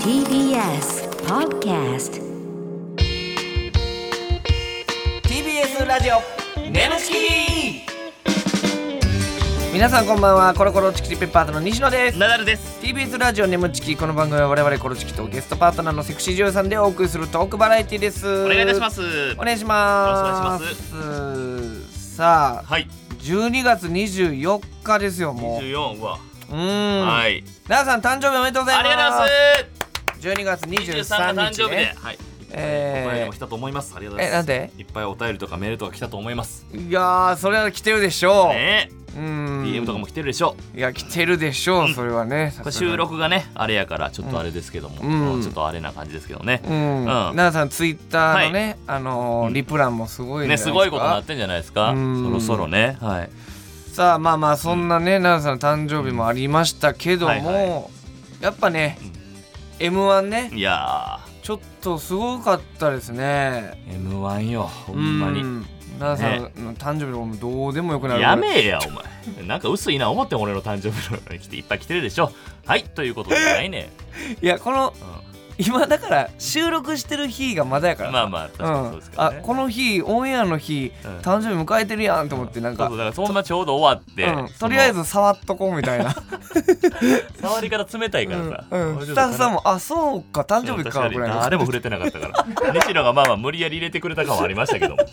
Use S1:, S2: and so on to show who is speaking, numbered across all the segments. S1: TBS Podcast
S2: TBS ラジオネムチキ皆さんこんばんはコロコロチキチキペッパーズの西野です
S3: ナダルです。
S2: TBS ラジオネムチキこの番組は我々コロチキとゲストパートナーのセクシー女優さんでお送りするトークバラエティです
S3: お願いいたしますす。
S2: お願いします
S3: よろしく
S2: さあ
S3: はい。
S2: 12月24日ですよも
S3: 二十四は。
S2: ううん
S3: はいい。
S2: 奈良さん誕生日おめでとうござい
S3: あ
S2: ます
S3: りがとうございます。
S2: 12月
S3: 二十三が
S2: 23
S3: 誕
S2: 日
S3: 生日で。
S2: ね
S3: はい。
S2: えー
S3: お便りも来たと思います。ありがとうございます。
S2: えなんで
S3: いっぱいお便りとかメールとか来たと思います。
S2: いやーそれは来てるでしょう、
S3: ね
S2: う
S3: え。
S2: ん
S3: DM とかも来てるでしょ
S2: いや来てるでしょうそれはね
S3: う。
S2: さ
S3: これ
S2: すがに
S3: 収録がね、あれやからちょっとあれですけども、
S2: うん
S3: うんちょっとあれな感じですけどね。
S2: うん、
S3: ん
S2: 奈々さんツイッターのね、あのーリプランもすごいんじゃな
S3: ね、
S2: ですか
S3: ごいことになってんじゃないですか。
S2: うん
S3: そろそろね。はい。
S2: さあまあまあそんなね奈々、さんの誕生日もありましたけども、
S3: はいは
S2: やっぱね、m 1ね
S3: いや
S2: ちょっとすごかったですね
S3: ー、M1 よ。ほんま
S2: う
S3: に。
S2: 奈々さんの誕生日のもどうでもよくなる
S3: やめえや、お前。なんか薄いな、思っても俺の誕生日の来ていっぱい来てるでしょ。はい、ということじゃないね。
S2: いやこの
S3: うん
S2: 今だから収録してる日がまだやから
S3: まあまあ確かにそうですけどね、
S2: あこの日オンエアの日、
S3: うん
S2: 誕生日迎えてるやんと思ってなん
S3: そ
S2: か
S3: うそうだからそんなちょうど終わって、
S2: うん、
S3: そ
S2: と
S3: の
S2: りあえず触っとこうみたいな、
S3: 触り方冷たいからさ、
S2: うんうんスタッフさん
S3: も
S2: も「あそうか誕生日か」ぐらいの
S3: 誰も触れてなかったから西野がまあまあ無理やり入れてくれた感はありましたけども、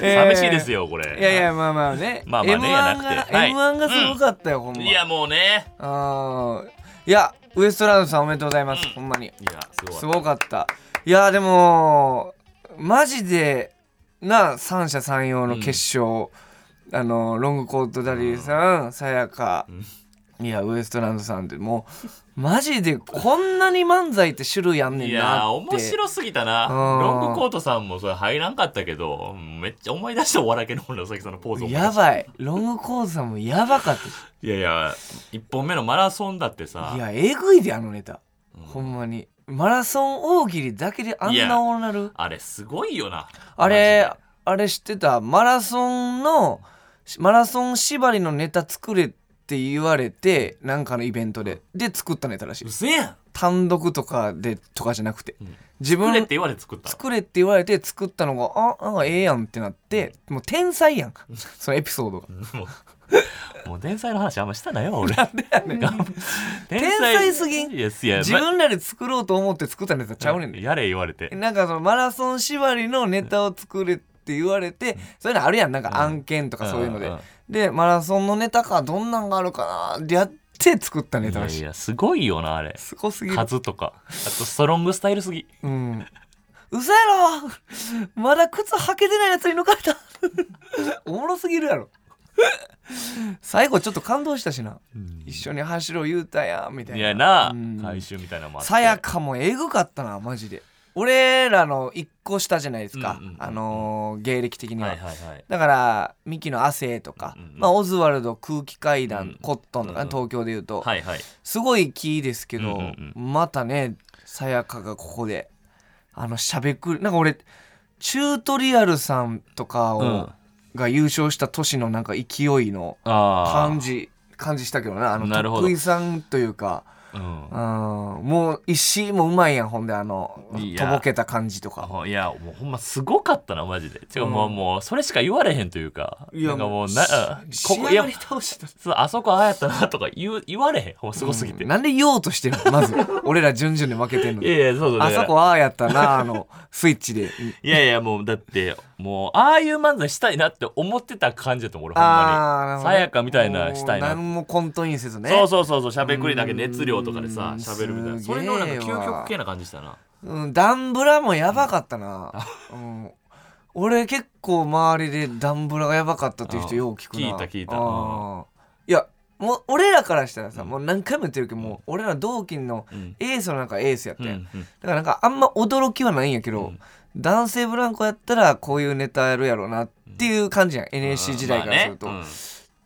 S2: えー
S3: 寂しいですよこれ
S2: いやいやまあまあね
S3: まあまあね
S2: M1
S3: やな
S2: が
S3: くてはい
S2: M1 がすごかったよほんま
S3: いやもうね
S2: あーいやウエストランドさんおめでとうございます
S3: うん
S2: ほんまに
S3: いやすごい
S2: すごかったいやでもマジでな三者三様の決勝あのロングコートダディさんさやかいやウエストランドさんってもうマジでこんなに漫才って種類あんね
S3: い
S2: ん
S3: や
S2: なって
S3: 面白すぎたな
S2: うん
S3: ロングコートさんもそれ入らんかったけどめっちゃ思い出したお笑い系の本田崎さんのポーズを思い出
S2: や
S3: した
S2: ばいロングコートさんもやばかったし
S3: いやいや1本目のマラソンだってさ
S2: いやえぐいであのネタ、
S3: うん
S2: ほんまにマラソン大喜利だけであんなオーなる
S3: あれすごいよな
S2: あれ
S3: マジで
S2: あれ知ってたマラソンのしマラソン縛りのネタ作れって言われてなんかのイベントでで作ったネタらしいう
S3: せやん
S2: 単独とかでとかじゃなくて
S3: うん
S2: 自
S3: 作
S2: 分
S3: れって言われて作ったの
S2: 作れって言われて作ったのがあなんかええやんってなってもう天才やん そのエピソードが
S3: もうもう天才の話あんましたないわ俺 天
S2: 天才すぎん
S3: いやいや
S2: 自分らで作ろうと思って作ったネタちゃうねんで
S3: やれ言われて
S2: なんかそのマラソン縛りのネタを作れって言われて、そういうのあるやんなんか案件とかそういうので、
S3: うんうん
S2: でマラソンのネタかどんなんがあるかなってやって作ったネ
S3: い
S2: タ
S3: や
S2: らしい
S3: いやすごいよなあれ
S2: すごすぎる
S3: 数とかあとストロングスタイルすぎ
S2: うん嘘やろまだ靴履けてないやつに抜かれた おもろすぎるやろ最後ちょっと感動したしな、一緒に走ろう言うたやんみたいない
S3: やな
S2: うん
S3: 回収みたいなのもあって
S2: さやかもえぐかったなマジで俺らの一個下じゃないですか、
S3: うんうんうんうん
S2: あのー芸歴的には、
S3: はいはいはい
S2: だからミキの汗とか、
S3: うんうん
S2: まあ、オズワルド空気階段、
S3: うん
S2: コットンとか、
S3: うんうん
S2: 東京でいうと、
S3: はいはい
S2: すごいキーですけど、
S3: うんうん
S2: またねさやかがここであのしゃべくりなんか俺チュートリアルさんとかを、
S3: うん
S2: が優勝した年のなんか勢いの
S3: あ
S2: 感じ感じしたけどねあの
S3: なるほど
S2: 徳井さんというか。
S3: あう
S2: う
S3: ん
S2: んもう石井もうまいやんほんであの
S3: い
S2: と
S3: や
S2: ぼけた感じとか
S3: あいやもうほんますごかったなマジで違う、もうもうそれしか言われへんというか
S2: いや
S3: なんかも
S2: も
S3: う
S2: う
S3: な
S2: し
S3: あここ
S2: 仕
S3: い
S2: 上
S3: や
S2: がり倒し
S3: そうあそこああやったなとか言う言われへんほんますごすぎて、
S2: なんで言おうとしてるの まず俺ら順々に負けてんの
S3: いやいやそうそ
S2: あ
S3: うだから
S2: そこああやったなあのスイッチで
S3: いやいやもうだってもうああいう漫才したいなって思ってた感じだと思う俺ほん
S2: ああなる
S3: まに
S2: ほど
S3: さやかみたいなしたい
S2: もう
S3: な、
S2: 何も混沌にせずね
S3: そうそうそうそうしゃべくりだけ熱量とかで
S2: う
S3: さ
S2: ん
S3: しゃべるみたいな
S2: す
S3: そ
S2: げえわ
S3: れのなんか究極系な感じしたな
S2: うん、ダンブラもやばかった な、うん、俺結構周りでダンブラがやばかったっていう人よう聞くな
S3: 聞いた聞いた
S2: あーいやもう俺らからしたらさ、もう何回も言ってるけどもう俺ら同期の
S3: うん
S2: エースのなんかエースやった
S3: うん
S2: や、
S3: うん
S2: だからなんかあんま驚きはないんやけど、
S3: ん
S2: 男性ブランコやったらこういうネタやるやろうなっていう感じやん NSC 時代からすると、
S3: まあね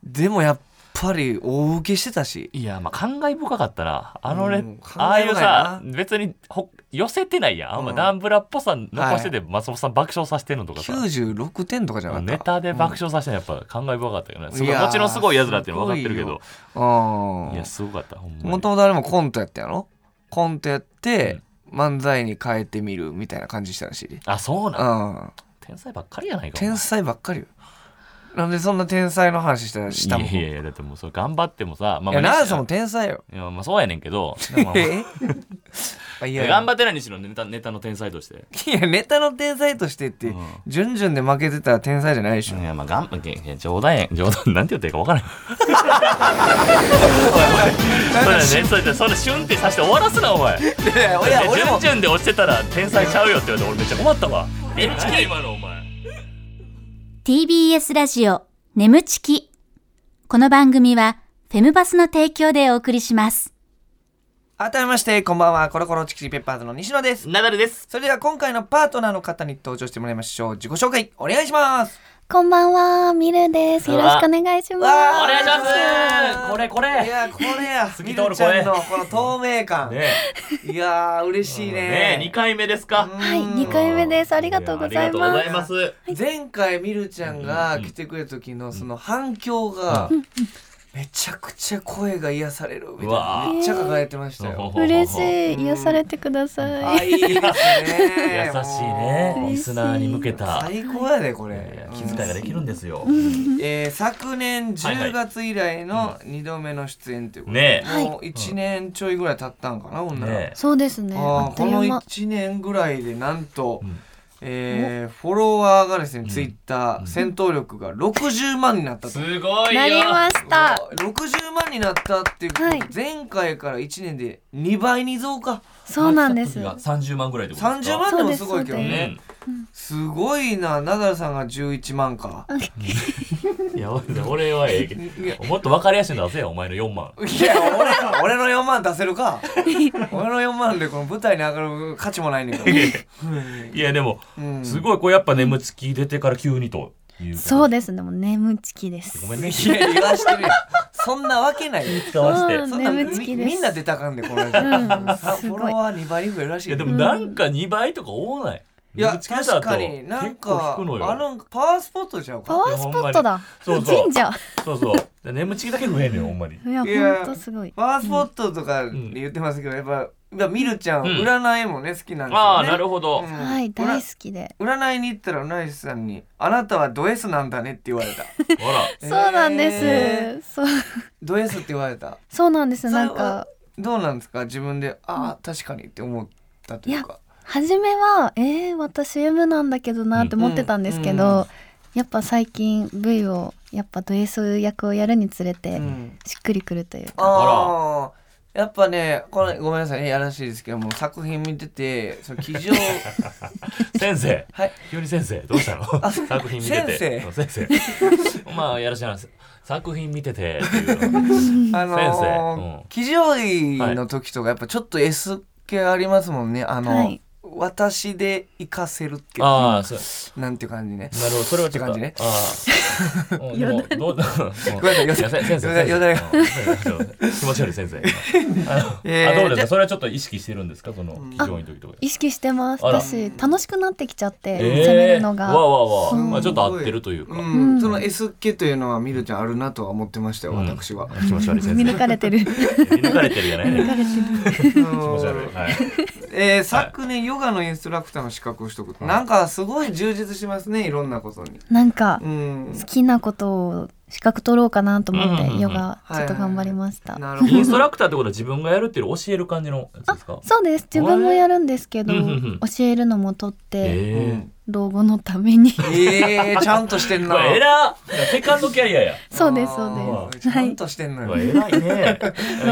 S2: でもやっぱり大受けしてたし
S3: いやまあ感慨深かったなあのね、
S2: うん
S3: ああいうさ
S2: 感慨深い
S3: 別にほ寄せてないやんあんま
S2: うん
S3: ダンブラっぽさ残してて、松本さん爆笑させてるのとかさ
S2: 96点とかじゃなかった
S3: ネタで爆笑させてるのやっぱ感慨深かったよね、すごい
S2: いやー
S3: もちろんすごいやつらっていうの分かってるけど
S2: うん
S3: いやすごかったほんまに
S2: もともとあれもコントやったやろコントやって、漫才に変えてみるみたいな感じしたらしいで、
S3: あそうなん
S2: うん、
S3: 天才ばっかりやないか
S2: 天才ばっかりよなんでそんな天才の話したら
S3: お
S2: した
S3: 前
S2: もん
S3: いやいやいやだってもうそれ頑張ってもさま
S2: いや
S3: ま
S2: 長さんも天才よ
S3: いやまあそうやねん けどまあまあ
S2: えあ いやいや
S3: 頑張ってないにしろネタネタの天才として
S2: いやネタの天才としてって、
S3: うん
S2: 順々で負けてたら天才じゃないでし
S3: い
S2: ょ、
S3: やまあ頑張っていや冗談や冗談なんて言っていいか分からん そうだねそうだねそれシュンってさして終わらすなお前
S2: いやいや
S3: で
S2: 俺も
S3: 順々で落ちてたら天才ちゃうよって言われて俺めっちゃ困ったわえっち今のお前
S4: TBS ラジオ眠ちきこの番組はフェムバスの提供でお送りします
S2: 改めましてこんばんはコロコロチキチキペッパーズの西野です
S3: ナダルです
S2: それでは今回のパートナーの方に登場してもらいましょう自己紹介お願いします
S5: こんばんは、ミルです。よろしくお願いします。
S3: お
S2: わ
S3: 願いしますこれこ
S2: い
S3: れ
S2: やこれや
S3: 透
S2: み
S3: き
S2: る
S3: 通る
S2: ちゃ
S3: 声
S2: んのこの透明感、
S3: ね
S2: いやー嬉しい
S3: ね
S2: ね
S3: 二回目ですか
S5: はい、2回目です。ありがとうござい
S3: やあ
S5: ま
S3: りがとうございます
S2: 前回みるちゃんが来てくれた時のその反響がめちゃくちゃ声が癒されるみたいう
S3: わ
S2: な
S3: ー
S2: めっちゃ輝いてました
S3: ほほ
S2: よ
S3: ほ
S5: す。
S3: ほ
S5: 嬉し
S2: うん
S5: い。癒されてくだ
S2: あ
S5: さい。
S2: いいですね
S3: 優しいね
S2: もう
S3: リスナーに向けた
S2: 最高やでこ
S3: い
S2: れ
S3: やいや気遣いができるんですよ
S2: えー昨年10月以来の2度目の出演ということで、
S3: ね
S5: え
S2: もう1年ちょいぐらい経ったんかな、女
S3: ね
S5: そうですね。
S2: あ
S5: あ
S2: ー
S5: っ
S2: ことの
S5: いう間。
S2: 1年ぐらいでなんと、
S3: うん
S2: えーフォロワーがですね、
S3: ん
S2: ツイッター戦闘力が60万になったと。
S3: すごいよ
S5: なりました。
S2: 60万になったっていう、
S5: はい
S2: 前回から1年で2倍に増加
S5: そうなんです。
S3: 三十万ぐらいってことです
S2: 30万
S3: か。
S2: でもすごいけど
S5: そうです
S2: ね
S3: ね。
S2: すごいなナダルさんが11万か
S3: いや俺俺はええけ
S2: いや
S3: どもっと分かりやすいの出せよお前の四万。
S2: いや俺俺の4万出せる か俺の4万でこの舞台に上がる価値もないねんから
S3: いやでも
S2: うん
S3: すごいこれやっぱ眠つき出てから急にという。
S5: そう
S3: で
S5: ですね。もう眠ちきです
S3: ご。めんね。
S2: いや言わしてるやんそんなわけないよ
S3: 使わして。
S5: うん
S3: い
S2: そんな
S5: 眠つきです
S2: みみんな出たかんでこの
S5: う
S2: 間
S5: ん
S2: さ
S5: す
S2: フ
S5: ご
S2: ォ
S5: い
S2: ロワー2倍増えるらしい
S3: や
S2: よ
S3: でもなんか二倍とか多ない。
S2: いや
S3: 眠つき出
S2: 確
S3: た後
S2: かになんか
S3: 結構引くのよ。
S2: あのパワースポットちゃう
S5: パ
S2: か
S5: ワースポットだ。
S3: そうそう
S5: 神社。
S3: そうそう。眠つきだけ増えんのよほんまに。
S5: いや、
S2: いや
S5: ほんとすごい。
S2: パワースポットとかで言ってますけどやっぱやっぱみるちゃん
S3: うん
S2: 占いもね好きなんですよね
S3: ああなるほど
S2: う。ん
S5: はい、大好きで。
S2: 占占いに行ったら占い師さんに「あなたはド S なんだね」って言われ た
S3: ほら。
S5: そうなん
S2: え
S5: です。そう、
S2: ド S って言われた
S5: そうなんです。
S2: それ
S5: な
S2: は
S5: んか。
S2: どうなんですか自分で「ああ確かに」って思ったというか
S5: 初めはえー、私 M なんだけどなって思ってたんですけど、
S2: うんうん
S5: やっぱ最近 V をやっぱド S 役をやるにつれて
S2: うん
S5: しっくりくるというか、
S2: ああやっぱねこれごめんなさいねやらしいですけども作品見ててその記 事を
S3: 先生。
S2: はい
S3: 急に先生どうしたの？作品見てて。
S2: 先
S3: 生。先 生。まあやらしいな作品見ててっていうの。
S2: あのー
S3: 先生うん
S2: 記事追いの時とかやっぱちょっと S 系ありますもんねあの、
S5: はい
S2: 私で行かせるっていう
S3: ああそう。
S2: なんていう感じね
S3: なるほど、それはちょっ
S2: って感
S3: と。
S2: じね
S3: ああ。うんでもど
S2: め
S3: うご
S2: んなさいよだ
S3: 先生、先
S2: よだ
S3: 生。
S2: よだよ
S3: うん気持ち悪い先生。あ
S2: えー
S3: のあ、どうです
S2: じゃ
S3: かそれはちょっと意識してるんですかその、非常に時とか。
S5: 意識してます
S3: あら
S5: 私楽しくなってきちゃって、
S3: え
S5: 攻め
S3: え
S5: るの
S3: わあ
S5: が
S3: わあわあ。
S5: うん
S3: まあちょっと合ってるというか。
S2: うん、その S 系というのはみるちゃんあるなとは思ってましたよ、
S3: うん
S2: 私 は。
S3: 気持ち悪い先生。
S5: 見抜かれ てる
S3: 見抜かれてるじゃないね。気持ち悪い。はい。
S2: えー昨年ヨガのインストラクターの資格を取得、なんかすごい充実しますねいろんなことに。
S5: なんか
S2: うん
S5: 好きなことを資格取ろうかなと思っ
S3: うんうんうん
S5: てヨガちょっと頑張りました、
S2: なるほ
S3: インスト
S2: ど。
S3: ラクターってことは自分がやるっていうより教える感じのやつですか
S5: そうです自分もやるんですけど、
S3: うんうんうん
S5: 教えるのも取って、
S3: え
S5: 老後の ために
S2: えー、ちゃんとしてん
S3: え。
S2: な。
S3: これ偉っセカンドキャリアや。
S5: そうですそうです
S2: あーちゃんとしてんの
S3: う
S2: よ。
S3: わ偉い ね。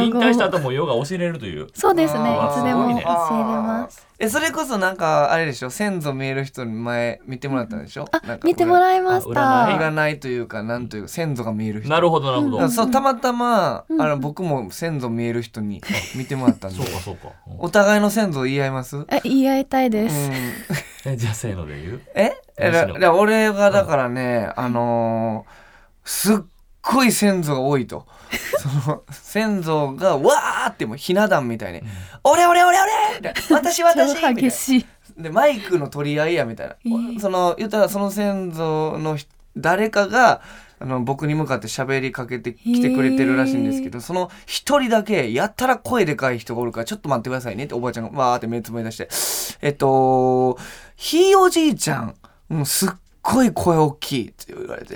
S3: 引退した後もヨガ教えれるという。
S5: そうですね。い
S2: あー
S5: つでも教えれ
S2: あー
S5: ます。
S2: えそれこそなんかあれでしょ先祖見える人に前見てもらったんでしょ。な
S5: あ
S2: ん、か
S5: 見てもらいまし
S3: あ
S5: た。
S2: 占いというかなんというか先祖が見える人。
S3: なるほど、なるほ
S2: だ
S3: ど
S2: か。らそうたまたま、
S5: ん
S2: あの僕も先祖見える人 に見てもらったんで
S3: そう。か、そうか。うん
S2: お互いの先祖言い合います？うん、
S5: え、言い合いたいです。
S3: えじゃあせーので言う
S2: ええだ
S3: 西野
S2: だから俺がだからね、あのーすっごい先祖が多い とその先祖がわーってもうひな壇みたいに「俺俺俺俺!」みたいな「私私!」みた
S5: 超
S2: いな
S5: 激しい。
S2: でマイクの取り合いやみたいな、その言ったらその先祖のひ誰かがあの僕に向かって喋りかけてきてくれてるらしいんですけど、その一人だけやったら声でかい人がおるからちょっと待ってくださいねっておばあちゃんがわーって目つぶり出してえっとひいおじいちゃん、うん、すっごい声大きいって言われて、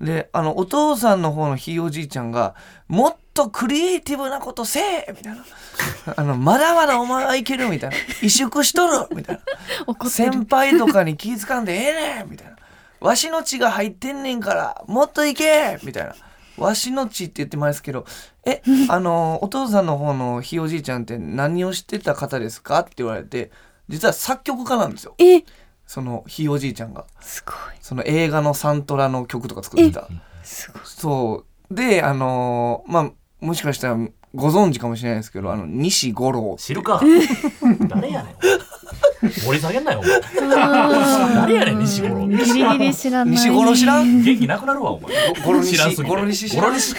S2: であのお父さんの方のひいおじいちゃんが「もっとクリエイティブなことせえ!」みたいな「あのまだまだお前はいける」みたいな「萎縮しとる!」みたいな「
S5: 怒ってる。
S2: 先輩とかに気ぃつかんでええねん!」みたいな「わしの血が入ってんねんからもっといけ!」みたいな「わしの血」って言ってますけど「 えあのお父さんの方のひいおじいちゃんって何をしてた方ですか?」って言われて実は作曲家なんですよ
S5: え、
S2: そのひいおじいちゃんが。
S5: すごい。
S2: その映画のサントラの曲とか作ってた。
S5: すごい。
S2: そう。で、あのーまあ、もしかしたらご存知かもしれないですけど、あの、西五郎。
S3: 知るか。誰やねん。盛り下げんなよ、お前。誰やねん、西五郎。
S5: ギリギリ知らない。
S2: 西五郎知らん
S3: 元気なくなるわ、お前。
S2: ゴロニシ
S3: 知らんすぎて。
S2: ゴロニシ知
S3: ゴ
S2: らん
S3: ロニシ。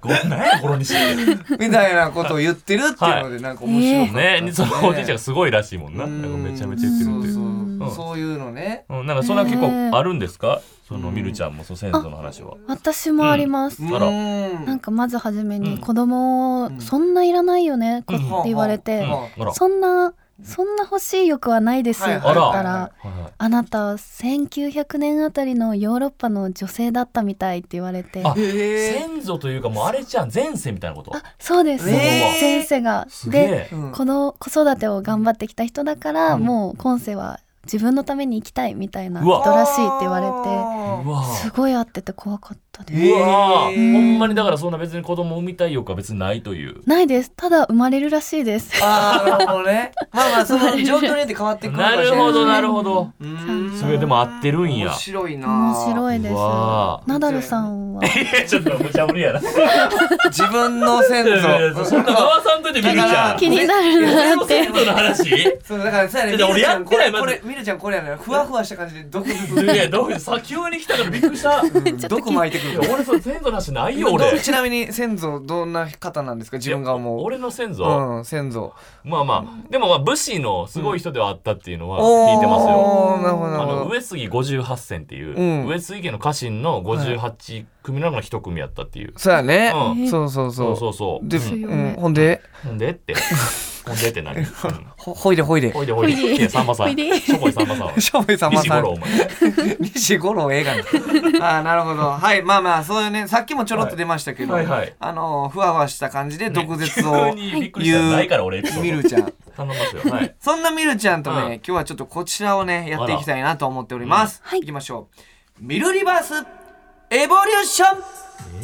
S3: ごめんや、ゴロニシって。
S2: みたいなことを言ってるっていうので、なんか面白かったです
S3: ね、そのおじいちゃんがすごいらしいもんな。なんかめちゃめちゃ言ってるっていう。
S2: そううそううんそういうのね。
S3: うん、なんかそんな結構あるんですかそのみるちゃんもその先祖の話は。
S5: 私もあります。
S2: う
S3: あら
S2: ん。
S5: なんかまずはじめ
S3: うん
S5: に子供を
S2: ん
S5: そんないらないよね、こ
S3: うん
S5: って言われ
S3: うん、
S5: て、
S3: あら。
S5: そんなそんな欲しい欲はないです
S2: はい
S5: よ、
S2: はい
S5: だ
S3: はい
S5: った
S2: あ
S5: ら
S2: ら。
S3: はいはい
S5: あなたは1900年あたりのヨーロッパの女性だったみたいって言われて
S3: あ
S5: あ
S2: へえ。
S3: 先祖というかもうあれちゃん前世みたいなこと
S5: そうです、
S2: えー
S5: 前世が
S3: すげ
S5: で
S3: え
S2: うん
S5: この子育てを頑張ってきた人だから、
S3: うん
S5: もう今世は自分のために生きたいみたいな
S3: うわ
S5: 人らしいって言われて
S3: う
S2: て。
S3: わ
S5: すごい合ってて怖かったです、
S2: え
S3: うわ
S2: えー
S3: ほんまにだからそんな別に子供産みたい欲は別にないという
S5: ないですただ生まれるらしいです
S2: ああ、なるほどね。まあまあ、その状況によって変わってくるかも
S3: な
S2: しれい
S3: るほどなるほど
S2: うん
S3: それでも合ってるんや
S2: 面白いな。
S5: 面白いです
S3: うわ
S5: ナダルさんは
S3: えちょっと無茶ぶり やな
S2: 自分の先
S3: いやいや
S2: 祖。
S3: そんな回さんといてみるち ゃん
S5: 気になるなっ
S3: 先
S5: て
S3: 祖の話い
S2: そうだからさ、ね、
S3: だって俺やってな
S2: これ
S3: いまず
S2: これミルちゃんこれやねふわふわした感じで毒
S3: やどういうさ急に来たからびっくりしたい
S2: 毒巻いてく
S3: や
S2: る
S3: 俺その先祖の話ないよ
S2: 今どう
S3: 俺
S2: ちなみに先祖どんな方なんですか自分が思う
S3: 俺の先祖、
S2: うん先祖
S3: まあまあでもまあ武士のすごい人ではあったっていうのは
S2: お
S3: 聞いてますよ
S2: ーなるほどな
S3: あ
S2: る
S3: の
S2: ほど
S3: 上杉58選っていう、
S2: うん
S3: 上杉家の家臣の58組の中の一組やったっていう、
S2: そうやね、
S3: うん
S2: そうそう
S3: そ
S2: そうう
S3: そうそう
S2: で、
S3: うん
S2: うん、ほんで
S3: ほんでってほんでっ て何、うん
S2: ほほいでほいで
S3: ほいでほいでいやさんまさん
S5: ほいで
S3: しょぼいさんまさんは
S2: しょぼいさんま
S3: 西
S2: さ
S3: 五
S2: ん
S3: 郎お前
S2: 西五郎映画のああなるほどはいまあまあそういうねさっきもちょろっと出ましたけど、
S3: はいはいはい
S2: あのふわふわした感じで毒舌を
S3: 急にびっくりした
S2: 言う
S3: ないから俺エピソ
S2: ミ
S3: ー
S2: ル
S3: ド
S2: ちゃん
S3: 頼みますよはい
S2: そんなみるちゃんとね、
S3: うん
S2: 今日はちょっとこちらをね、やっていきたいなと思っております。
S5: あらうんはい
S2: 行きましょう。ミルリバースエボリューション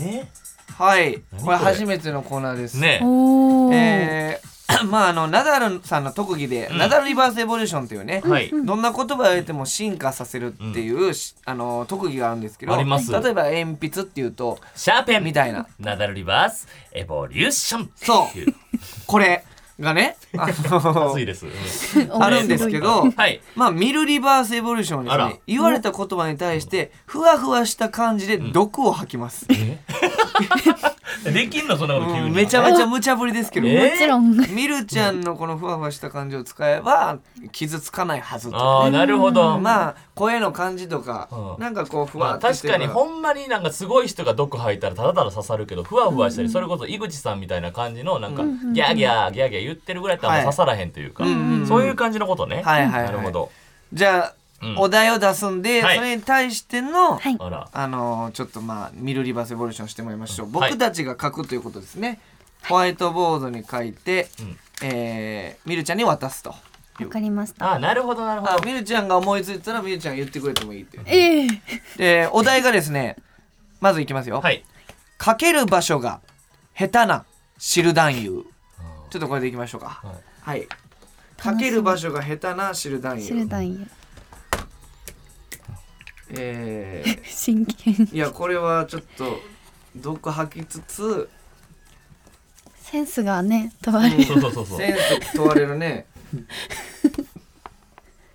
S3: え
S2: はい。
S3: 何
S2: こ
S3: こ
S2: れ
S3: れ
S2: 初めてのコーナーです。
S3: ー、。ねえ
S5: おお、
S2: えー まああの、ナダルさんの特技で、ナダルリバースエボリューションっていうね、
S3: はい
S2: どんな言葉を言っても進化させるっていうし、あの特技があるんですけど
S3: あります
S2: 例えば鉛筆っていうと
S3: シャーペン
S2: みたいな
S3: ナダルリバースエボリューション
S2: そう
S3: っていう
S2: これがねあの
S3: 熱い です、うん
S2: あるんですけど、
S3: はい
S2: まあ、ミルリバースエボリューションは
S3: あ
S2: です
S3: ら
S2: ね、言われた言葉に対して、ふわふわした感じで毒を吐きます。
S3: できんのそんな こと急に、
S2: うんめちゃめちゃ無茶ぶりですけど、
S3: え
S5: もちろん
S2: ミルちゃんのこのふわふわした感じを使えば、傷つかないはずと。
S3: ああなるほど
S2: まあ、声の感じとか
S3: う、ん
S2: なんかこう、ふ
S3: ま
S2: わ
S3: あ、
S2: っとし
S3: 確
S2: て
S3: か
S2: る
S3: に
S2: ら
S3: ほんまになんかすごい人が毒吐いたらただただ刺さるけどふわふわしたりそれこそ井口さんみたいな感じのなんかギャーギャーギャーギャー言ってるぐらいだった
S2: は
S3: ら
S2: い
S3: 刺さらへんというかそういう感じのことね。
S2: はいはいはい
S3: なるほど。
S2: じゃあ、
S3: うん
S2: お題を出すんで、
S3: はい
S2: それに対しての、
S5: はい
S3: あら
S2: あのーちょっとまあミルリバースエボリューションしてもらいましょう、
S3: はい
S2: 僕たちが書くということですね、ホワイトボードに書いて、
S3: ん
S2: えー、ミルちゃんに渡すと
S5: わかりました
S3: あなるほどなるほ
S2: あ
S3: ど。
S2: ミルちゃんが思いついたらミルちゃんが言ってくれてもいいっていう
S5: ええ
S2: でお題がですねまずいきますよ、
S3: はい。
S2: 書ける場所が下手な汁男優ちょっとこれでいきましょうか
S3: はい
S2: はい、書ける場所が下手な汁男
S5: シル
S2: 優
S5: ダンや
S2: えー
S5: 真剣
S2: いやこれはちょっと毒吐きつつ
S5: センスがね問われる
S3: そうそうそうそう
S2: セ。ンス問われるね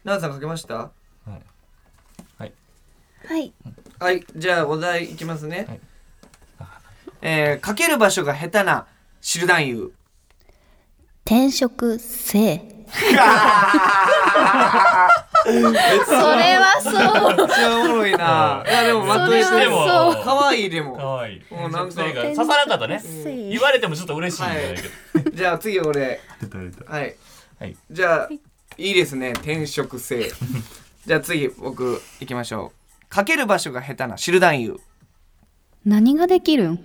S2: 奈々さん書けました
S5: はい
S2: はいじゃあお題いきますね、
S3: はいあ
S2: えーかける場所が下手な汁男優
S5: 転職性
S2: そ
S5: それはそう
S2: めっちゃおもろいな。 いやでもまとめて
S5: それ
S2: も
S5: は
S3: そう
S2: 可愛いで
S3: か
S2: も。
S3: わいい
S2: もうなんか
S3: 女性が刺さらなかったね
S5: うん
S3: 言われてもちょっと嬉しいんじゃないけど
S2: じゃあ次俺
S3: 出た出た
S2: はい。
S3: はい
S2: じゃあいいですね転職性。じゃあ次僕行きましょう。かける場所が下手な汁男優。
S5: 何ができるん
S2: い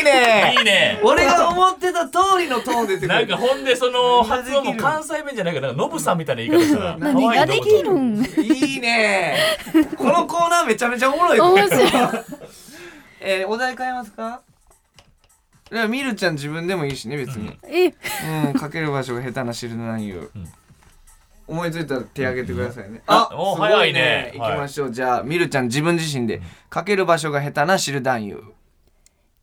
S2: いね。
S3: いいね
S2: 俺が思ってた通りのトーン出てく
S3: なん
S2: る
S3: か。ほんでその発音も関西弁じゃないけどなんかノブさんみたいな言い方したら
S5: 何ができるん面
S2: いいね。このコーナーめちゃめちゃおもろい。
S5: 白い
S2: えーお題変えますか。いやみるちゃん自分でもいいしね別に。
S5: え
S2: うん、かける場所が下手な汁の男優、
S3: うん
S2: 思いついたら手挙げてくださいね、
S3: うん
S2: あす
S3: お
S2: ごいね
S3: 早いね
S2: 行きましょう、じゃあみるちゃん自分自身でかける場所が下手な汁男優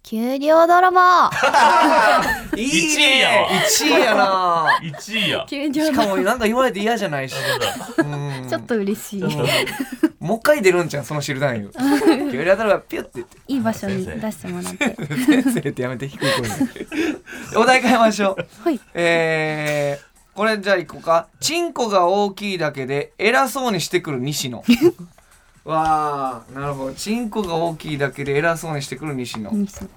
S5: 給料泥棒
S2: い
S3: いね
S2: 1位やな
S3: 1位や
S5: 給
S2: し
S5: 料
S2: かもなんか言われて嫌じゃないし、うん、
S5: ちょっと嬉しい
S2: もう一回出るんじゃんその汁男優距離当たるからピュッて言って
S5: いい場所に出してもらって
S2: 先生ってやめて低い声でお題変えましょう
S5: はい
S2: えー、これじゃあ行こうかチンコが大きいだけで偉そうにしてくる西野 わあなるほどチンコが大きいだけで偉そうにしてくる西野、うん、
S5: ミキさん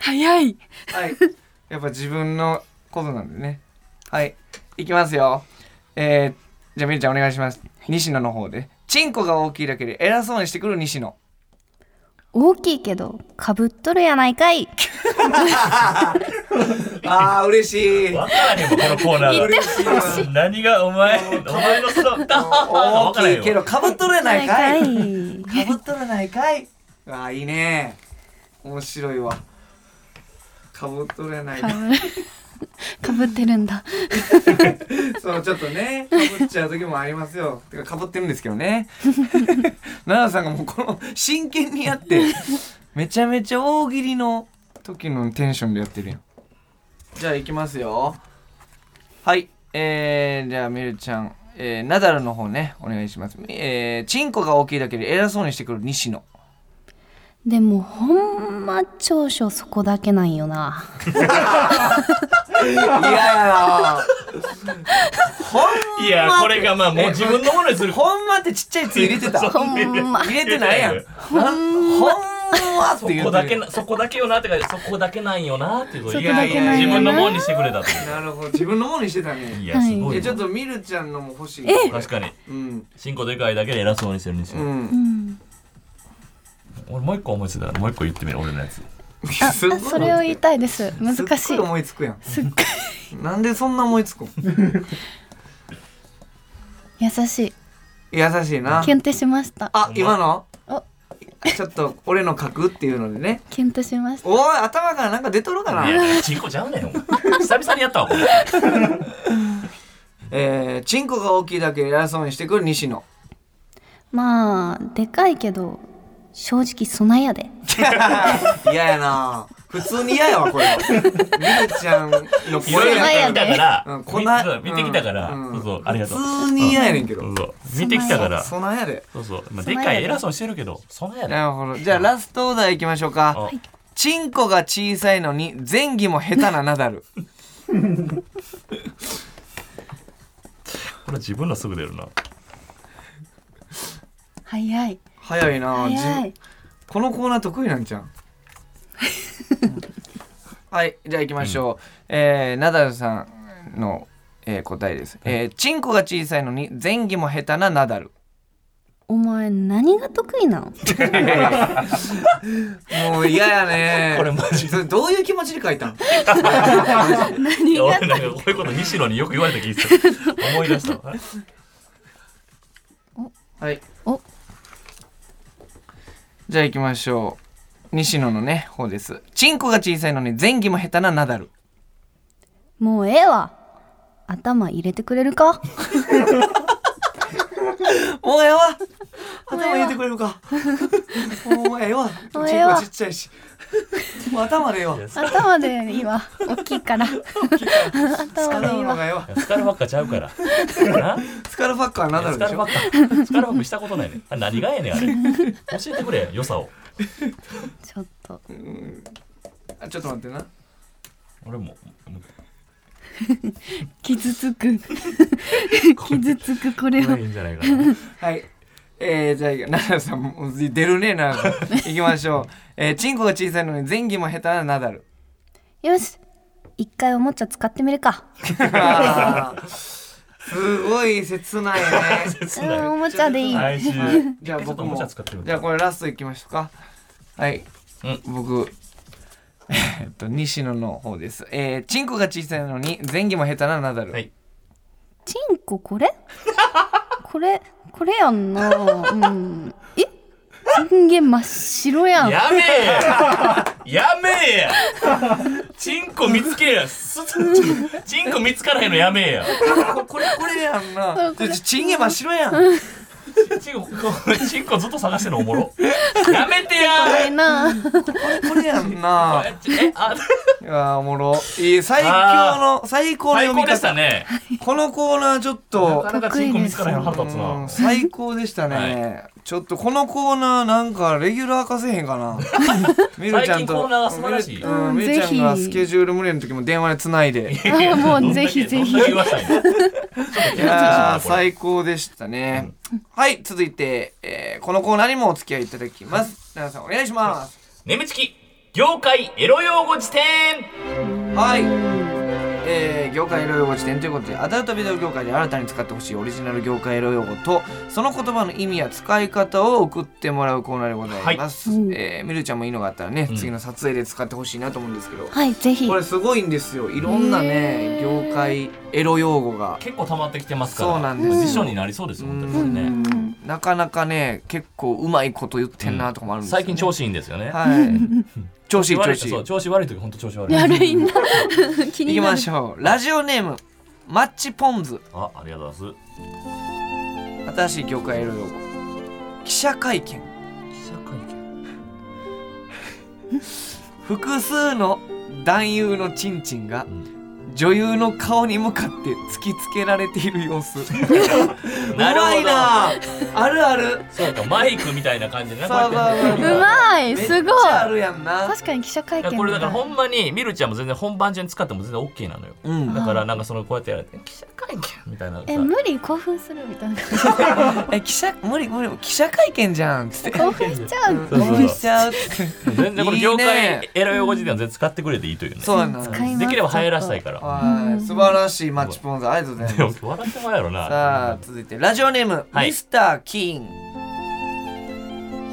S5: 早い
S2: はいやっぱ自分のことなんでねはい行きますよえー、じゃあみるちゃんお願いします西野の方でチンコが大きいだけで偉そうにしてくる西野
S5: 大きいけどかぶっとるやないかい
S2: あー嬉しい
S3: 分からへんもんこのコーナー
S2: 嬉しいわ
S3: が何がお前お前のそのダ ー
S2: 大
S3: 分からへん
S2: きいけ
S3: よ
S2: どかぶっとるやないか い
S5: い
S2: かぶっとらないかいああいいね面白いわかぶっとらない
S5: かぶかぶってるんだ
S2: そのちょっとねかぶっちゃう時もありますよてかかぶってるんですけどね 奈良さんがもうこの真剣にやってめちゃめちゃ大喜利の時のテンションでやってるやんじゃあいきますよはいえー、じゃあみるちゃんえー、ナダルの方ねお願いしますえー、チンコが大きいだけで偉そうにしてくる西野
S5: でもほんま長所そこだけなんよな
S2: 嫌やなほん ま
S3: いやこれがまあもう自分のものにする
S2: ほんまってちっちゃいやつ入れてた
S3: そう
S2: 入
S5: ほんま
S2: れてないやん
S3: 入れて
S2: ほんまって
S3: そ
S2: 言
S3: こ
S2: うて
S3: だ
S2: る
S3: けなそこだけよなってかそこだけなんよなっていうこと
S5: そこだけなんよない
S3: やいや自分のもんにしてくれたって
S2: なるほど自分のものにしてたね
S3: いやすご
S2: え
S3: い
S2: ちょ
S3: な
S2: っとみるちゃんのも欲しい
S3: 確かに
S2: うん
S3: 進行でかいだけで偉そうにしてるんです
S2: う
S3: よ
S2: ん
S3: 俺もう一個思いついたからもう一個言ってみる俺のやつ
S5: あ
S2: すっごい
S5: それを言いたいです難し
S2: すっ
S5: い
S2: ごい思いつくやんなんでそんな思いつくん
S5: 優しい
S2: 優しいな
S5: キュンってしました
S2: あ今の
S5: お
S2: ちょっと俺の書くっていうのでね
S5: キュンとしました
S2: おい頭からなんか出とるかない
S3: やいや進行ちゃうねんお前久々にやったわこ れ
S2: えー、チンコが大きいだけ偉そうにしてくる西野
S5: まあでかいけど正直そないやで
S2: 嫌やな普通に嫌やわこれみるちゃんの
S3: いろい
S2: 声
S3: ろ見てきたから、
S2: うんこ
S3: 見
S2: な
S3: そう見てきたから、
S2: うん
S3: そうそうありがとう
S2: 普通に嫌やねんけど
S3: うんそうそう見てきたからそ
S2: そなんやで
S3: うそう、まあ、でっかい偉そうにしてるけどそんなやね
S2: なるほどじゃあラストオーダーいきましょうか
S3: はい
S2: チンコが小さいのに前儀も下手なナダル
S3: これ自分のすぐ出るな
S5: 早い
S2: 早いなじ
S5: 早い
S2: このコーナー得意なん じゃんはいじゃあいきましょう、えーナダルさんの、えー答えです、えー、チンコが小さいのに前儀も下手なナダル
S5: お前何が得意なの
S2: もう嫌やね
S3: これマジ
S2: それどういう気持ちで書いたん
S3: いや俺なんかこういうこと西野によく言われた気がする思い出したわ
S2: はい
S5: お
S2: じゃあ行きましょう西野のね方ですチンコが小さいのに前儀も下手なナダル
S5: もうええわ 頭入れてくれるか
S2: もうやわ頭入れてくれるかお前よチ
S5: もうええわ
S2: ンコちっちゃいしもう頭でええわ
S3: いやスカ
S5: 頭でいいわ大きいから 頭
S2: 頭
S5: で
S2: の
S5: いい
S2: 方
S5: わ
S2: がええわ
S3: スカルファッカちゃうから。な
S2: スカルファッカーなんだろ
S3: ス
S2: うでし
S3: カルフ
S2: ょ
S3: ァッカ。スカルファッカしたことないね。あれ何がやねん、あれ。教えてくれ、良さを。
S5: ちょっと
S2: あちょっと待ってな
S3: 俺も。もう
S5: 傷つ く傷つくこれ
S3: こ
S5: を
S3: れいいんじゃないかな。
S2: はいえー、じゃあ奈良さんもう出るね奈良 さんいきましょうえー、チンコが小さいのに前儀も下手なナダ ル
S5: よし一回おもちゃ使ってみるか
S2: あーすごい切ないね
S3: 切
S5: う
S3: ない
S5: んおもちゃでいい
S3: 来 週。
S2: はいじゃあ
S3: ちょっ
S2: 僕
S3: とおも
S2: も
S3: ちゃ使ってみる
S2: じゃあこれラストいきましょうかはい、
S3: う
S2: 僕えっと西野の方ですえー、チンコが小さいのに前儀も下手なナダル、
S3: はい
S5: チンコ これこれこれやんなうんえ人間真っ白やん
S3: やめえやめえやチンコ見つけやす チンコ見つからへんのやめえや
S2: ここれこれやんな
S5: そうこれ
S2: ちょチンゲ真っ白やん
S3: チンコチンコずっと探してんのおもろやめてや
S5: これな
S2: これやんな
S3: えちえあ
S2: いやーおもろいい最強の最高の
S3: 最
S2: 読み
S3: 高でし
S2: 方
S3: たね
S2: このコーナーちょっ
S3: な
S2: と
S3: かなかチンコ見つからへんの腹立つ
S2: う
S3: なん
S2: 最高でしたね、ちょっとこのコーナーなんかレギュラー化せへんかな みるちゃん
S3: 最近
S2: と
S3: コーナーが素晴らしい
S2: うん
S5: うん
S2: みるちゃんが
S5: ぜ
S2: ス
S5: ひ
S2: ケジュール無理の時も電話でつないで
S5: あ もうぜひぜ
S3: どん
S5: ひ
S3: だけ言わしたいのちょっと
S2: い
S3: 気持ちいいな
S2: やー
S3: これ
S2: 最高でしたね、はい続いて、えーこのコーナーにもお付き合いいただきます皆さんお願いします
S3: 眠ちき業界エロ用語辞典
S2: はい、えー業界エロ用語辞典ということでアダルトビデオ業界で新たに使ってほしいオリジナル業界エロ用語とその言葉の意味や使い方を送ってもらうコーナーでございます、
S5: はい
S2: えーみるちゃんもいいのがあったらね、次の撮影で使ってほしいなと思うんですけど、
S5: はいぜひ
S2: これすごいんですよいろんなね
S5: へー
S2: 業界エロ用語が
S3: 結構溜まってきてますから
S2: そうなんですよ
S3: 辞書になりそうですよ本当にこれ
S2: う
S3: ね
S2: んなかなかね結構うまいこと言ってんなとかもあるんですよ、ね
S3: 最近調子いいんですよね
S2: はい調子いい
S3: 悪
S2: 調
S3: い
S2: 子
S3: そう
S2: い
S3: 調子悪い時本当調子悪い
S5: やるいな
S2: い
S5: 気
S2: い
S5: に
S2: き
S5: な
S2: ま
S5: る
S2: しょうラジオネームマッチポンズ
S3: あありがとうございます
S2: 新しい業界エロ用語記者会見
S3: 記者会見
S2: 複数の男優のチンチンが
S3: う
S2: 女優の顔に向かって突きつけられている様 子う
S3: なるほ
S2: ま
S3: ど
S2: いなあるある
S3: そうか、マイクみたいな感じでな、こう
S2: そうそう
S3: やっ
S2: そう
S3: て
S5: うまい
S2: めっ
S5: すごい
S2: ちゃあるやんな
S5: 確かに記者会
S3: だから
S5: 見
S3: これだからほ
S5: 本
S3: んまにみるちゃんも全然本番中に使っても全然 OK なのよ
S2: うん
S3: だからなんかそのこうやってやられて記者会見みたいなさ
S5: え無理興奮するみたいな
S2: え記者無理無理記者会見じゃんっつって
S5: 興奮しちゃう
S3: そうそう
S2: 応援しちゃうっつって
S3: 全然この業
S2: いい
S3: 界
S2: ね
S3: エロ用語辞典は全然使ってくれていいというね
S2: そうなんです
S5: 使います
S3: できれば流行らせたいから
S2: はい素晴らしいマッチポンズありがとうござい
S3: で
S2: ま
S3: も
S2: す
S3: 笑ってまうやろ
S2: さ
S3: な
S2: あ続いてラジオネーム、
S3: はい
S2: ミスター・キーン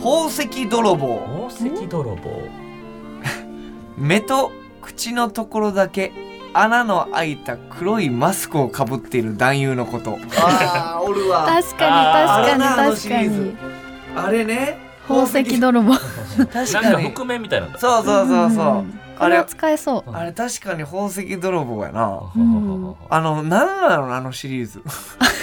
S2: 宝石泥棒
S3: 宝石泥棒
S2: 目と口のところだけ穴の開いた黒いマスクをかぶっている男優のことあーおるわ
S5: 確かに確
S2: あーあれなあ
S5: か
S2: の
S5: に
S2: シ
S5: 確
S2: リ
S5: か
S2: ー
S5: に
S2: ズあれね
S5: 宝石泥棒
S2: 確
S3: なん
S2: か
S3: か
S2: に
S3: 覆面みたいなんだ
S2: そうそうそうそうあ
S5: これは
S2: れ
S5: 使え そう
S2: あれ確かに宝石泥棒やな
S5: うん
S2: あのなんなのあのシリーズ
S5: あ
S2: あ
S5: れは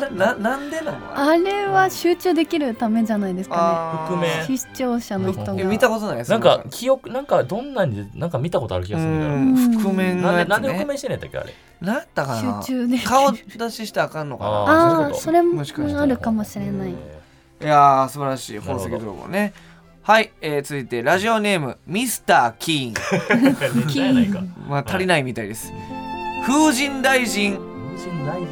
S2: れななんでなのあれ
S5: あれは集中できるためじゃないですか
S2: あー
S3: 覆面
S5: ね視聴者の人が
S3: え
S2: え見たことないです
S3: なんか記憶なんかどんなになんか見たことある気
S2: う
S3: がするんだよ
S2: ん覆面の
S3: なん
S2: や
S3: でな
S2: つ
S3: んで覆
S2: ね
S3: 面してんのやったっけあれ
S2: なんだったかな
S5: 集中できる
S2: 顔出ししたらあかんのかな
S3: ー
S5: あ
S3: そういう
S5: あ
S3: こと
S5: それも
S2: もしかしたら
S5: あるかもしれない
S3: え
S2: いやー素晴らしい宝石
S3: なるほど
S2: 泥棒ねはい、えー、続いてラジオネームミスター・キーン
S3: ーネタやないか
S2: まあ足りないみたいです風神大臣
S3: 無人大臣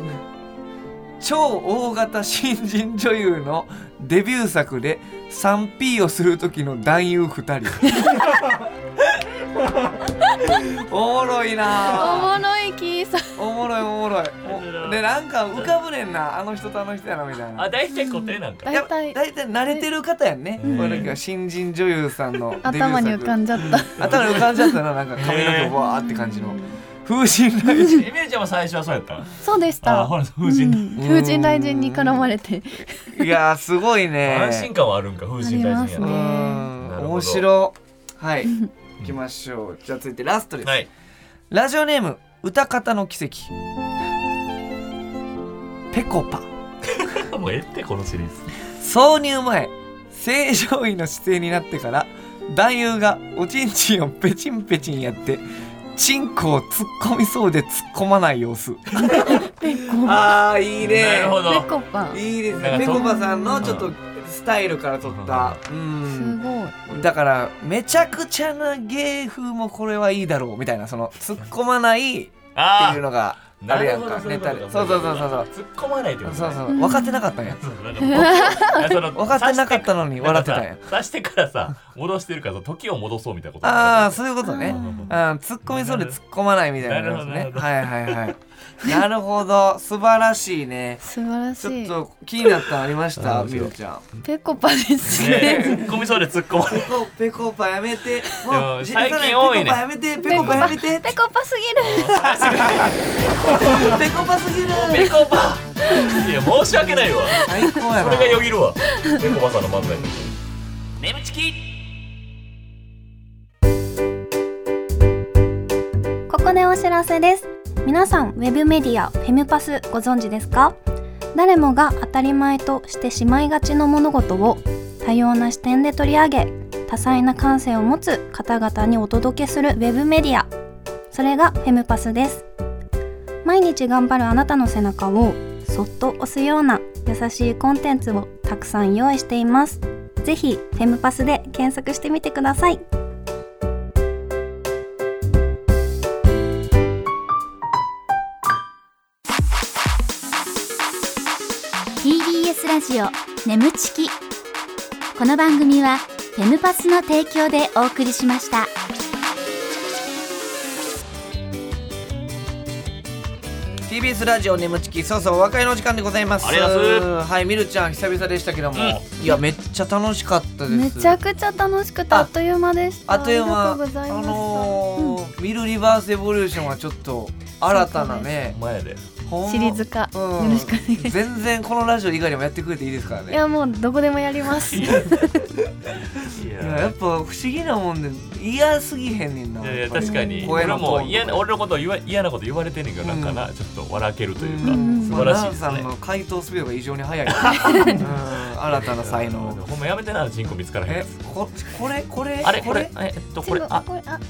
S2: 超大型新人女優のデビュー作で 3P をする時の男優2人 おもろい
S5: お
S2: な
S5: もろいキーさん
S2: ーおもろいおもろいおでなんか浮かぶねんなあの人とあの人やなみたいな
S3: あ大体固定なんか
S2: いや
S5: 大体
S2: 大体慣れてる方やんね、
S3: うん
S2: この時は新人女優さんのデビュー作
S5: 頭に浮かんじゃった
S2: 頭に浮かんじゃったななんか髪の毛わーって感じの風神雷神
S3: えみるちゃんも最初はそうやった
S5: そうでし
S3: あ
S5: た
S3: ほら風神
S5: うん風神雷神に絡まれて
S2: いやーすごいね
S3: 安心感はあるんか風神大臣や
S2: う
S5: あり
S3: な
S5: ま
S2: ん
S3: なるほど
S2: 面白はい行きましょうじゃあ続いてラストです、
S3: はい
S2: ラジオネーム歌方の奇跡ペコパ
S3: もうええってこのシリーズ
S2: 挿入前正常位の姿勢になってから男優がおちんちんをペチンペチンやってチンコを突っ込みそうで突っ込まない様子
S5: ペコ
S2: あーいい
S3: なるほ
S5: ペ
S3: ど
S5: コパン
S2: いいです
S3: な
S2: ねぺ
S3: んかと
S2: こぱさんのちょっとスタイルから取ったう
S5: す
S2: ん
S5: ごい
S2: だからめちゃくちゃな芸風もこれはいいだろうみたいなその突っ込まないって
S3: あ
S2: いう
S3: ー
S2: のがあ
S3: な
S2: る
S3: る
S2: やん
S3: ほ
S2: か
S3: どそうい
S2: ネ
S3: うこ
S2: タ
S3: と
S2: で
S3: か
S2: そうそうそうそうそう
S3: 突っ込まないってこと
S2: そうそうう分かってなかったんや
S3: 分
S2: 分かってなかったのに笑 ってたんや
S3: 刺してからさ戻してるからさ時を戻そうみたいなこと
S2: ああ
S3: う
S2: そういうことね
S3: んうんうん
S2: うん、突っ込みそうで突っ込まないみたいなやつ
S3: なる
S2: ね
S3: ほ。ど
S2: はいはいはい。なるほど、素晴らしいね。
S5: 素晴ら
S2: ちょ
S5: し
S2: っ
S5: い
S2: と気になったのありました、
S3: 面
S2: み
S3: 白い
S2: ゆちゃん。
S5: ペコパですね
S3: ね突っ込みそうで突っ込まな
S2: ペ
S3: い
S2: コペコパやめて。もう
S3: でも最近多いね
S2: ペコパやめて、ペコパやめて。
S5: ペコパすぎる
S2: ペコパすぎる。
S3: ペコパいや申し訳ないわ
S2: 最高や
S3: そ
S2: な
S3: れが。よぎるわペコパさんの漫才眠ちき
S5: ここでお知らせです皆さんウェブメディアフェムパスご存知ですか誰もが当たり前としてしまいがちの物事を多様な視点で取り上げ多彩な感性を持つ方々にお届けするウェブメディアそれがフェムパスです毎日頑張るあなたの背中をそっと押すような優しいコンテンツをたくさん用意していますぜひフェムパスで検索してみてください
S4: TBS ラジオ眠ちきこの番組はフェムパスの提供でお送りしました
S2: テ TBS ラジオ眠ちき、そうそう、お別れの時間でございます。
S3: ありがとうございま
S2: はい、みるちゃん、久々でしたけども。
S3: う
S2: いや、めっちゃ楽しかったです。
S5: めちゃくちゃ楽しくてあっという間でした
S2: あっという間、
S5: ありがとうございました、
S2: のーミルリバースエボリューションはちょっと新たなね、
S3: 前で
S2: ほんま
S5: シリーズ化
S2: うん
S5: よろしくお願いします
S2: 全然このラジオ以外でもやってくれていいですから
S5: い
S2: ね。
S5: やもうどこでもやります
S3: いい
S2: いややっぱ不思議なもんで嫌すぎへんねんな。
S3: いやい
S2: や
S3: や
S2: っぱり
S3: 確かに
S2: 声
S3: 俺
S2: のトーン
S3: も嫌な俺のこと言わ嫌なこと言われてんねんけどなんかな、ちょっと笑けるというか、
S5: うん
S3: 素晴らしいで
S2: まあ
S3: す
S2: ナ
S3: ね
S2: ンさんの回答スピードが異常に速い、うん、新たな才能
S3: ほんまやめてな人口見つからへんや
S2: え
S3: つ
S2: ここれこれ
S3: あれこ
S2: これ
S3: れえっとこれあ
S5: これあ
S2: こ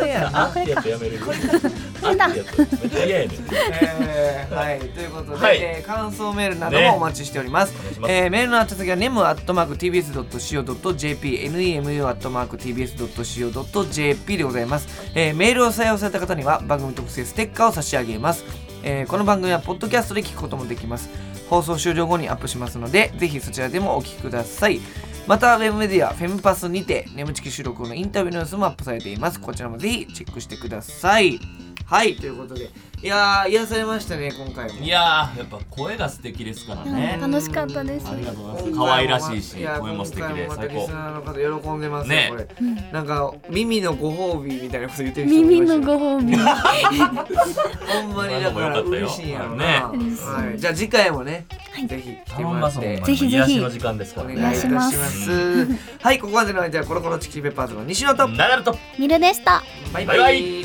S2: れ や
S3: あ
S2: な、
S3: ってやつやめれる
S5: これだ
S3: あってやつめっちゃ嫌やねん
S2: えー、はいということで、
S3: はい
S2: えー感想メールなど
S3: ね
S2: もお待ちしております
S3: お願いします
S2: えー、メールの宛先は nemu.tbs.co.jp nemu.tbs.co.jp でございます、えーメールを採用された方には番組特製ステッカーを差し上げます、えーこの番組はポッドキャストで聞くこともできます放送終了後にアップしますのでぜひそちらでもお聞きくださいまたウェブメディアフェムパスにて眠ちき収録後のインタビューの様子もアップされていますこちらもぜひチェックしてくださいはいということでいやー癒されましたね今回も
S3: いやーやっぱ声が素敵ですからね、
S5: 楽しかったです
S3: ありがとうございます可愛らしいし声も素敵で
S2: 今回
S3: 最
S2: もまたリ
S3: 高
S2: スナーの方喜んでますね
S3: ね
S2: これ、なんか耳のご褒美みたいなこと言ってる人もい
S5: 耳
S2: ました
S5: のご褒美
S2: ほんまにだから嬉しいんやろうな、
S3: ね
S5: 嬉しい
S2: はい、じゃあ次回もね、ぜひ来て
S3: 頼
S2: も
S3: ん
S2: ら
S3: だ
S2: っ
S3: ぞ
S2: て
S3: ぜ
S5: ぜひぜひ
S3: 癒しの時間ですか
S2: お
S3: ら
S2: 願いい
S3: ね
S2: たします
S5: お願い
S2: はいここまでの間はコロコロチキチキペッパーズの西野と
S3: ナダルと
S5: ミルでした
S2: バイ
S3: バイバイ